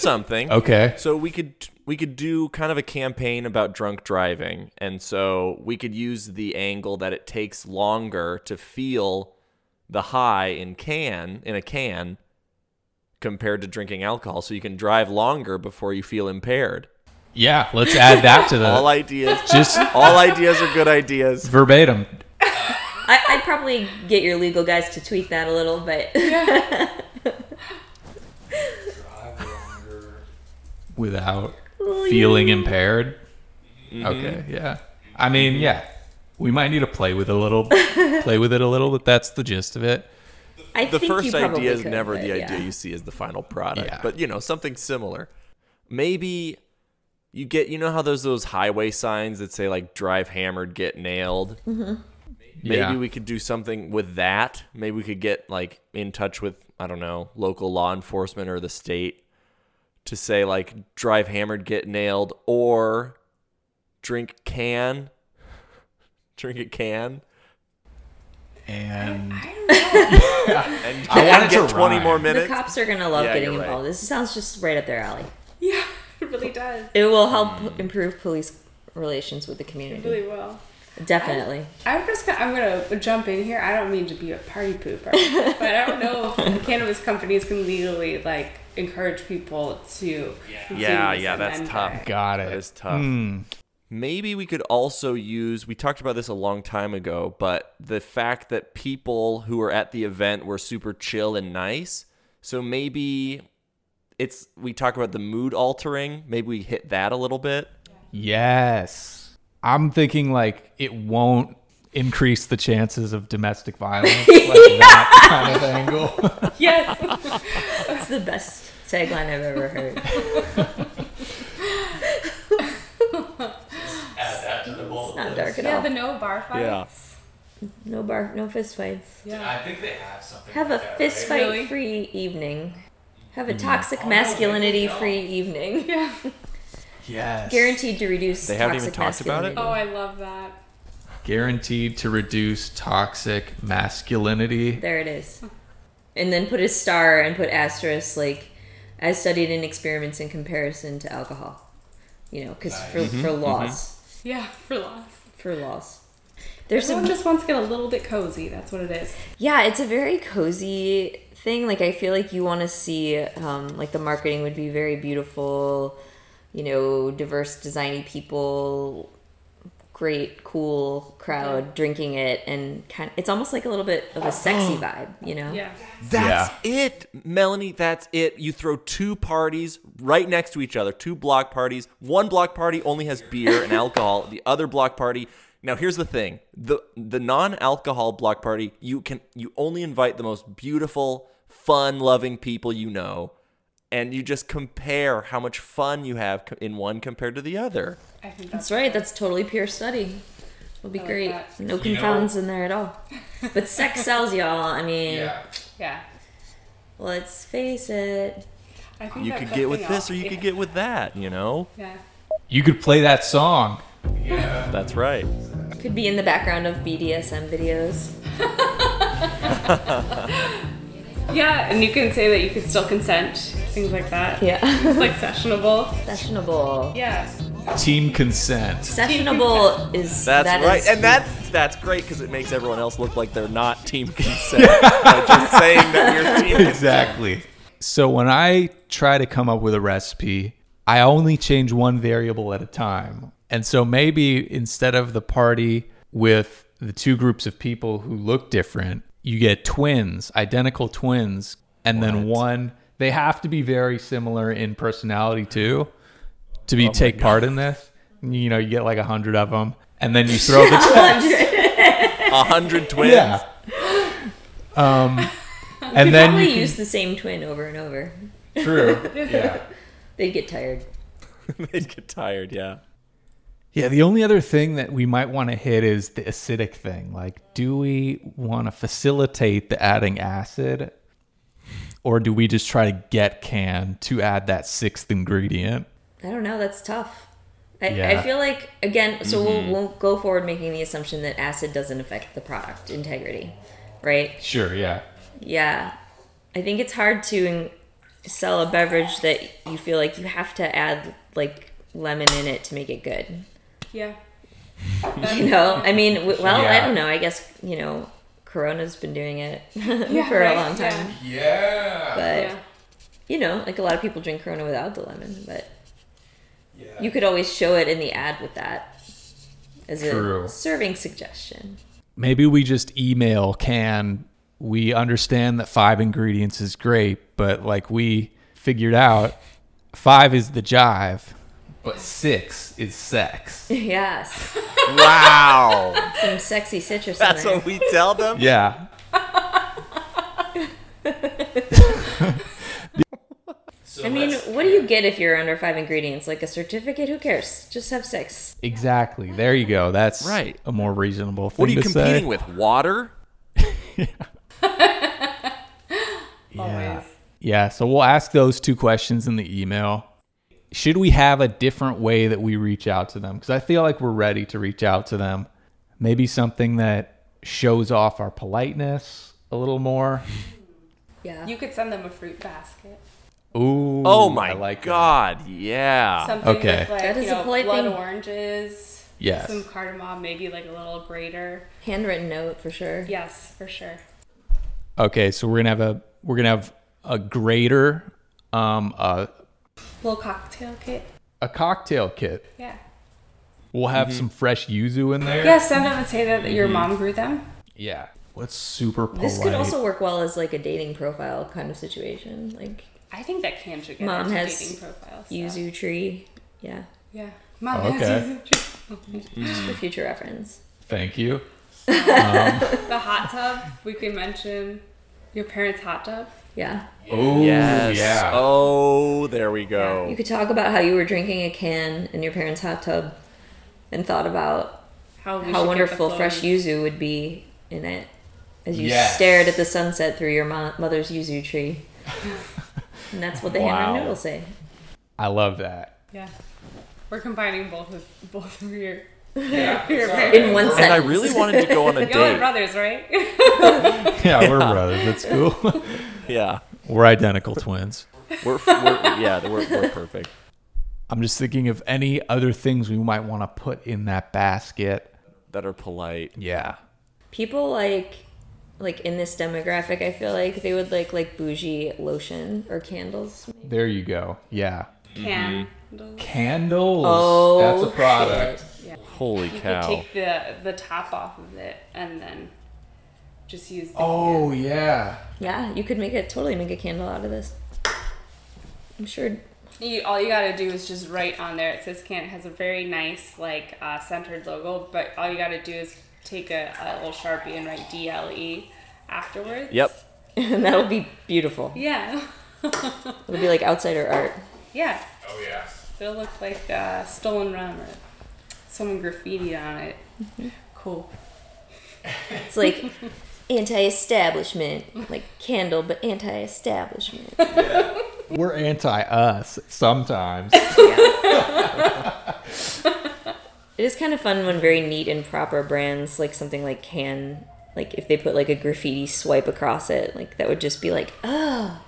A: [LAUGHS]
B: something.
A: Okay.
B: So we could we could do kind of a campaign about drunk driving, and so we could use the angle that it takes longer to feel the high in can in a can compared to drinking alcohol. So you can drive longer before you feel impaired.
A: Yeah, let's add that to
B: [LAUGHS] All
A: the
B: ideas,
A: Uh, [LAUGHS] just
B: [LAUGHS] all ideas are good ideas.
A: verbatim.
C: I, I'd probably get your legal guys to tweak that a little, but [LAUGHS]
B: Mm-hmm.
A: Without feeling impaired. Okay, yeah. I mean, yeah. We might need to play with a
C: [LAUGHS]
A: little, play with it a little, but that's the gist of it.
C: I
B: the
C: think you
B: first
C: probably
B: idea is
C: could,
B: never
C: but
B: the
C: yeah.
B: idea you see as the final product
A: Yeah.
B: but you know something similar maybe you get you know how there's those highway signs that say like drive hammered get nailed
C: Mm-hmm.
B: maybe
A: yeah.
B: we could do something with that maybe we could get like in touch with i don't know local law enforcement or the state to say like drive hammered get nailed or drink can [LAUGHS] drink a can
A: and
B: Mm-hmm.
D: I don't know. [LAUGHS]
B: and
A: I want it to
B: [LAUGHS] get 20
A: rhyme.
B: more
A: The
B: minutes
C: The cops are gonna love
B: Yeah,
C: getting
B: you're right.
C: involved. This sounds just right up their alley.
D: yeah, it really does.
C: It will help improve police relations with the
D: It
C: community.
D: really will.
C: Definitely.
D: I'm just gonna, I'm gonna jump in here. I don't mean to be a party pooper, but I [LAUGHS] don't know if cannabis companies can legally like encourage people to. Yeah,
B: Yeah, yeah, that's tough.
A: got it. Hmm.
B: That is tough. Maybe we could also use, we talked about this a long time ago, but the fact that people who were at the event were super chill and nice. So maybe it's, we talk about the mood altering. Maybe we hit that a little bit.
A: Yes. I'm thinking like it won't increase the chances of domestic violence. Like
C: [LAUGHS]
A: that kind of angle.
D: [LAUGHS] Yes,
C: That's the best tagline I've ever heard.
D: [LAUGHS]
C: It's not dark at
D: yeah,
C: all.
D: the no bar fights.
C: No bar, no fist fights.
D: Yeah,
A: think they have something.
C: Have a fist fight
D: Really? Oh,
C: free evening. Have
B: Mm.
C: a toxic masculinity free evening.
D: yeah.
A: Yes.
C: Guaranteed to reduce.
B: They haven't even
C: toxic
B: talked about it?
C: masculinity.
D: Oh, I love that.
A: Guaranteed to reduce toxic
D: Oh,
A: masculinity.
C: There it
D: Hmm.
C: is. And then put a star and put asterisk like as studied in experiments in comparison to alcohol. You know, because for, for
B: Mm-hmm.
C: laws,
D: Yeah, for loss.
C: for laws. There's
D: Someone
C: some
D: just wants to get a little bit cozy. That's what it is.
C: Yeah, it's a very cozy thing. Like I feel like you want to see, um, like the marketing would be very beautiful, you know, diverse, designy people, great, cool crowd drinking it, and kind. It's almost like a little bit
D: [GASPS]
C: of a sexy vibe, you know.
D: Yeah.
B: That's it, Melanie. That's it. You throw two parties right next to each other, two block parties. One block party only has beer and alcohol. The other block party. Now here's the thing: the the non-alcohol block party, you can you only invite the most beautiful, fun-loving people you know, and you just compare how much fun you have co- in one compared to the other.
D: I think
C: That's right. That's totally pure study. It'll be great.
D: that.
C: No confounds in there at
D: [LAUGHS]
C: all. But sex sells, y'all. I mean,
D: Yeah.
C: let's face it.
D: I think
B: You
D: Oh, that
B: could
D: cut
B: get with
D: me
B: this,
D: off.
B: or you
D: yeah.
B: could get with that. You know,
D: Yeah.
A: You could play that song.
B: that's right. [LAUGHS]
C: Could be in the background of BDSM videos.
D: Yeah, and you can say that you could still consent, things like that.
C: Yeah. [LAUGHS]
D: It's like sessionable.
C: Sessionable.
D: Yeah.
A: Team consent.
C: Sessionable is
B: That's
C: that
B: right,
C: is-
B: and that's that's great because it makes everyone else look like they're not team consent. by just saying that
A: [LAUGHS]
B: we're team consent.
A: Exactly. So when I try to come up with a recipe, I only change one variable at a time. And so maybe instead of the party with the two groups of people who look different, you get twins, identical twins, and then one they have to be very similar in personality too to be take part in this. You know, you get like a hundred of them, and [LAUGHS] then you throw the
B: A hundred twins. [LAUGHS]
A: yeah. Um, and then
C: probably
A: you
C: use the same twin over and over.
A: can, true. Yeah.
C: They'd get tired.
B: They'd get tired. Yeah.
A: Yeah, the only other thing that we might want to hit is the acidic thing. Like, do we want to facilitate the adding acid, or do we just try to get can to add that sixth ingredient?
C: I don't know. That's tough. I, I
A: Yeah.
C: feel like again. So
B: Mm-hmm.
C: we'll, we'll go forward making the assumption that acid doesn't affect the product integrity, right?
A: Sure. Yeah.
C: Yeah, I think it's hard to in- sell a beverage that you feel like you have to add like lemon in it to make it good. [LAUGHS]
D: Yeah.
C: You know, I mean, w- well, I
A: Yeah.
C: don't know. I guess you know, Corona's been doing it [LAUGHS]
D: Yeah,
C: for
D: right,
C: a long time,
A: Yeah.
C: but.
D: Yeah.
C: you know, like a lot of people drink Corona without the lemon, but you could always show it in the ad with that as
A: True.
C: a serving suggestion. [LAUGHS]
A: Maybe we just email can. We understand that five ingredients is great, but like we figured out, five is the jive. But six is
B: [LAUGHS]
A: sex.
C: Yes.
B: Wow.
C: Some sexy
B: [LAUGHS]
C: citrus
B: That's
C: in there.
B: what we tell them?
A: Yeah.
C: I mean, what do you get if you're under five ingredients? Like a certificate? Who cares? Just have sex.
A: Exactly. There you go. That's
B: Right.
A: a more reasonable thing
B: What are you
A: to say.
B: competing with? Water?
A: Yeah. Yeah, so we'll ask those two questions in the email. Should we have a different way that we reach out to them? Because I feel like we're ready to reach out to them. Maybe something that shows off our politeness a little more.
C: Yeah.
D: You could send them a fruit basket.
A: Ooh.
B: Oh my
A: I like that.
B: god. Yeah.
D: Something
A: okay.
D: with like
C: That is
D: you
C: a
D: know,
C: polite
D: blood
C: thing.
D: oranges.
A: Yes.
D: Some cardamom, maybe like a little grater.
C: Handwritten note for sure.
D: Yes, for sure.
A: Okay, so we're gonna have a we're gonna have a grater, um, a
D: Little cocktail kit.
A: a cocktail kit.
D: Yeah.
A: We'll have
B: Mm-hmm.
A: some fresh yuzu in there.
D: Yeah, send them and say that your mom grew them.
A: Yeah. What's super polite?
C: This could also work well as like a dating profile kind of situation. Like
D: I think that can should get
C: Mom
D: into
C: has
D: dating profiles.
C: yuzu tree. Yeah.
D: Yeah. Mom
A: Oh, Okay.
D: has yuzu trees.
C: [LAUGHS] Just for future reference.
A: Thank you.
D: The hot tub, we can mention your parents' hot tub.
C: Yeah.
A: Oh
B: Yes.
A: yeah.
B: Oh, there we
C: You
B: go.
C: could talk about how you were drinking a can in your parents' hot tub and thought about
D: How, we should get
C: how
D: the
C: wonderful
D: flow
C: fresh
D: in.
C: yuzu would be in it as you
A: Yes.
C: stared at the sunset through your mo- mother's yuzu tree.
B: [LAUGHS]
C: and that's what the
B: Wow.
C: handwritten note will say.
A: I love that. [LAUGHS]
D: Yeah. We're combining both of both of your [LAUGHS] your
A: [LAUGHS] Yeah.
D: parents.
C: In one sentence. [LAUGHS]
B: And I really wanted to go on a
D: Y'all are
B: date.
D: brothers, right? [LAUGHS]
A: Mm-hmm. yeah, we're brothers. That's
B: [LAUGHS]
A: cool.
B: Yeah.
A: we're identical twins.
B: We're, we're yeah, we're, we're perfect.
A: [LAUGHS] I'm just thinking of any other things we might want to put in that basket.
B: That are polite.
A: Yeah.
C: people like like in this demographic i feel like they would like like bougie lotion or candles
A: There you go. Yeah.
D: Can.
A: Candles.
D: Oh,
A: That's a product.
C: shit.
B: Holy
D: You could
B: cow.
D: take the the top off of it and then just use the
A: Oh yeah.
C: yeah you could make it totally make a candle out of this i'm sure [LAUGHS]
D: You, all you gotta do is just write on there. It says can. It has a very nice like uh, centered logo, but all you gotta do is take a, a little sharpie and write D L E afterwards.
B: Yep.
C: and that'll be beautiful
D: Yeah. [LAUGHS]
C: it'll be like outsider art
D: yeah.
A: Oh yeah.
D: It'll look like uh, stolen rum or someone graffiti on it.
C: Mm-hmm.
D: Cool.
C: it's like anti-establishment like candle but anti-establishment
A: We're anti us sometimes.
C: It is kind of fun when very neat and proper brands like something like can like if they put like a graffiti swipe across it, like that would just be like, oh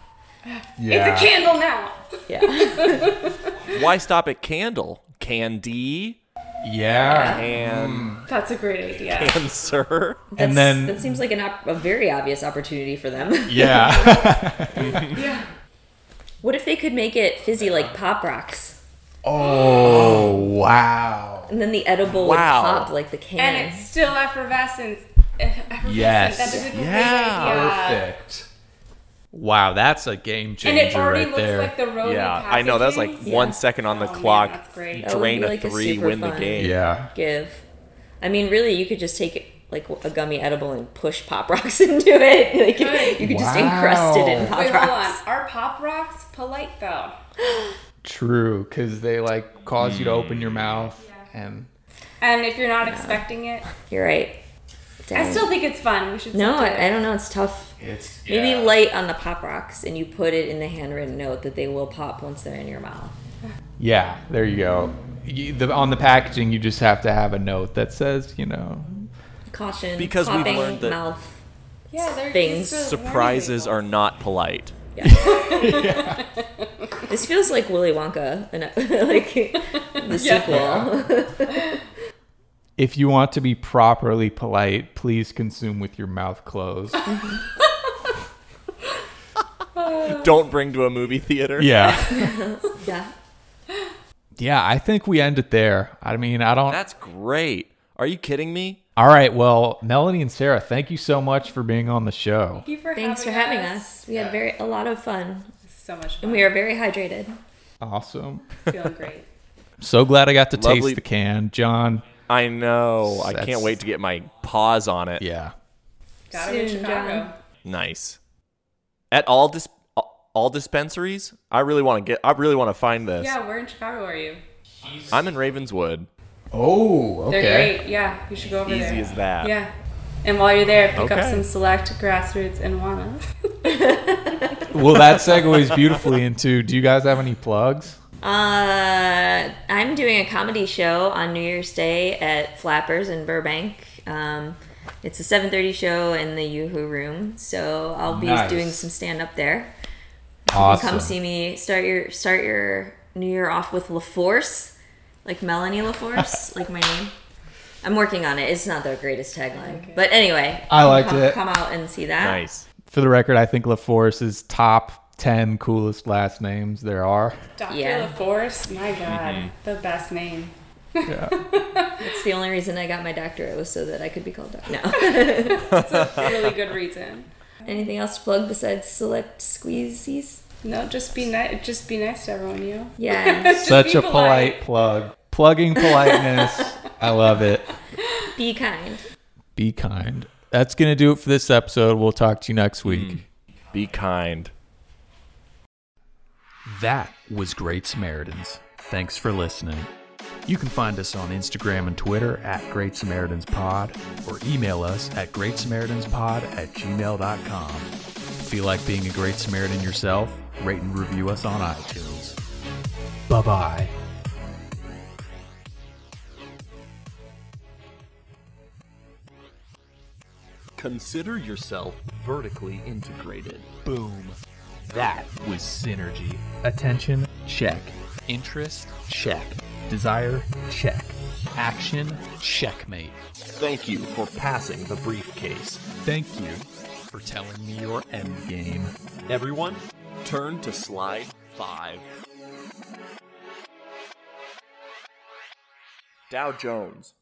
A: Yeah.
D: It's a candle now.
C: yeah.
B: Why stop at candle? Candy?
A: yeah.
B: And
D: That's a
B: [LAUGHS]
D: great idea.
B: and sir?
A: And
C: That's-
A: then
C: that seems like an op- a very obvious opportunity for them. [LAUGHS]
A: yeah. [LAUGHS]
C: what if they could make it fizzy like pop rocks,
A: oh wow.
C: and then the edible
B: Wow.
C: would pop like the can?
D: And it's still effervescent. Eh, effervescent.
A: Yes.
D: That is a great
B: Yeah.
D: idea.
A: Perfect. Wow, that's a game
D: And
A: changer
D: it already
A: right
D: looks
A: there.
D: like Oh, the road.
B: Yeah, I know. That was like one second on the clock.
D: that's great.
C: That would
B: Drain
C: be
B: a
C: like a
B: three,
C: super
B: win the
C: fun-
B: game.
A: yeah.
C: give. I mean, really, you could just take like a gummy edible and push pop rocks [LAUGHS] into it. Like
D: Good.
C: you could just encrust it in
A: Wow.
C: pop
D: Wait, hold
C: rocks.
D: on. Are pop rocks polite though?
A: True, because they like cause you to open
D: Mm.
A: your mouth and
D: And if you're not expecting it,
C: You're right.
D: I
C: Dang.
D: still think it's fun. We should.
C: no,
D: still do
C: I, I
D: it.
C: don't know. It's tough.
A: it's
C: Maybe light on the pop rocks, and you put it in the handwritten note that they will pop once they're in your mouth.
A: Yeah, there you go. You, the, on the packaging, you just have to have a note that says, you know,
C: Caution.
B: Because we've
C: popping
B: learned that-
C: mouth.
D: yeah, there-
C: Things.
D: it's a warning
B: Surprises
D: label.
B: are not polite.
C: This feels like Willy Wonka, and [LAUGHS]
D: [LAUGHS]
C: like the sequel.
A: if you want to be properly polite, please consume with your mouth
C: [LAUGHS]
A: closed.
B: Don't bring to a movie theater.
A: yeah.
C: [LAUGHS] Yeah.
A: Yeah, I think we end it there. I mean, I don't.
B: That's great. Are you kidding me?
A: All right, well, Melanie and Sarah, thank you so much for being on the show.
D: Thank you for
C: Thanks for having us. We had very a lot of fun,
D: So much fun.
C: and we are very hydrated.
A: Awesome.
D: feeling great.
A: So glad I got to
B: Lovely-
A: taste the can, John.
B: I know. I can't
A: That's-
B: wait to get my paws on it.
A: Yeah.
D: Got him in
C: Soon,
D: Chicago.
C: John.
B: Nice. At all dis- all dispensaries? I really want to get I really want to find this.
D: Yeah, where in Chicago are you?
B: I'm in Ravenswood.
A: Oh,
D: They're great. Yeah, you should go over there.
B: Easy as that.
D: Yeah. And while you're there, pick
B: Okay.
D: up some select grassroots and iguanas.
A: Well, that segues beautifully into do you guys have any plugs?
C: Uh, I'm doing a comedy show on New Year's Day at Flappers in Burbank. Um, it's a 7:30 show in the YooHoo room, so I'll be
A: Nice.
C: doing some stand up there. You
A: Awesome.
C: Come see me. Start your start your New Year off with LaForce, like Melanie
A: [LAUGHS]
C: LaForce, like my name. I'm working on it. It's not the greatest tagline, but anyway,
A: I liked
C: come,
A: it.
C: Come out and see that.
B: Nice.
A: For the record, I think LaForce is top 10 coolest last names there
D: [LAUGHS]
A: are.
D: [LAUGHS] Dr.
C: Yeah.
D: LaForce, my God,
B: Mm-hmm.
D: the best name.
A: Yeah.
C: It's the only reason I got my doctorate was so that I could be called doctor. No.
D: [LAUGHS]
C: [LAUGHS]
D: Really good reason.
C: Anything else to plug besides select squeezes?
D: No, just be nice. Just be nice to everyone. You. know?
C: Yeah.
D: [LAUGHS] Just
A: Such
D: be
A: a polite plug. Plugging politeness. I love it.
C: be kind.
A: Be kind. That's going to do it for this episode. We'll talk to you next week.
B: Be kind.
A: That was Great Samaritans. Thanks for listening. You can find us on Instagram and Twitter at Great Samaritans Pod or email us at Great Samaritans Pod at gmail.com. Feel like being a Great Samaritan yourself? Rate and review us on iTunes. Bye bye.
E: Consider yourself vertically integrated. Boom. That was synergy. Attention, check. Interest, check. Desire, check.
A: Action checkmate.
E: Thank you for passing the briefcase.
A: Thank you for telling me your end game.
E: Everyone, turn to slide 5.
B: Dow Jones.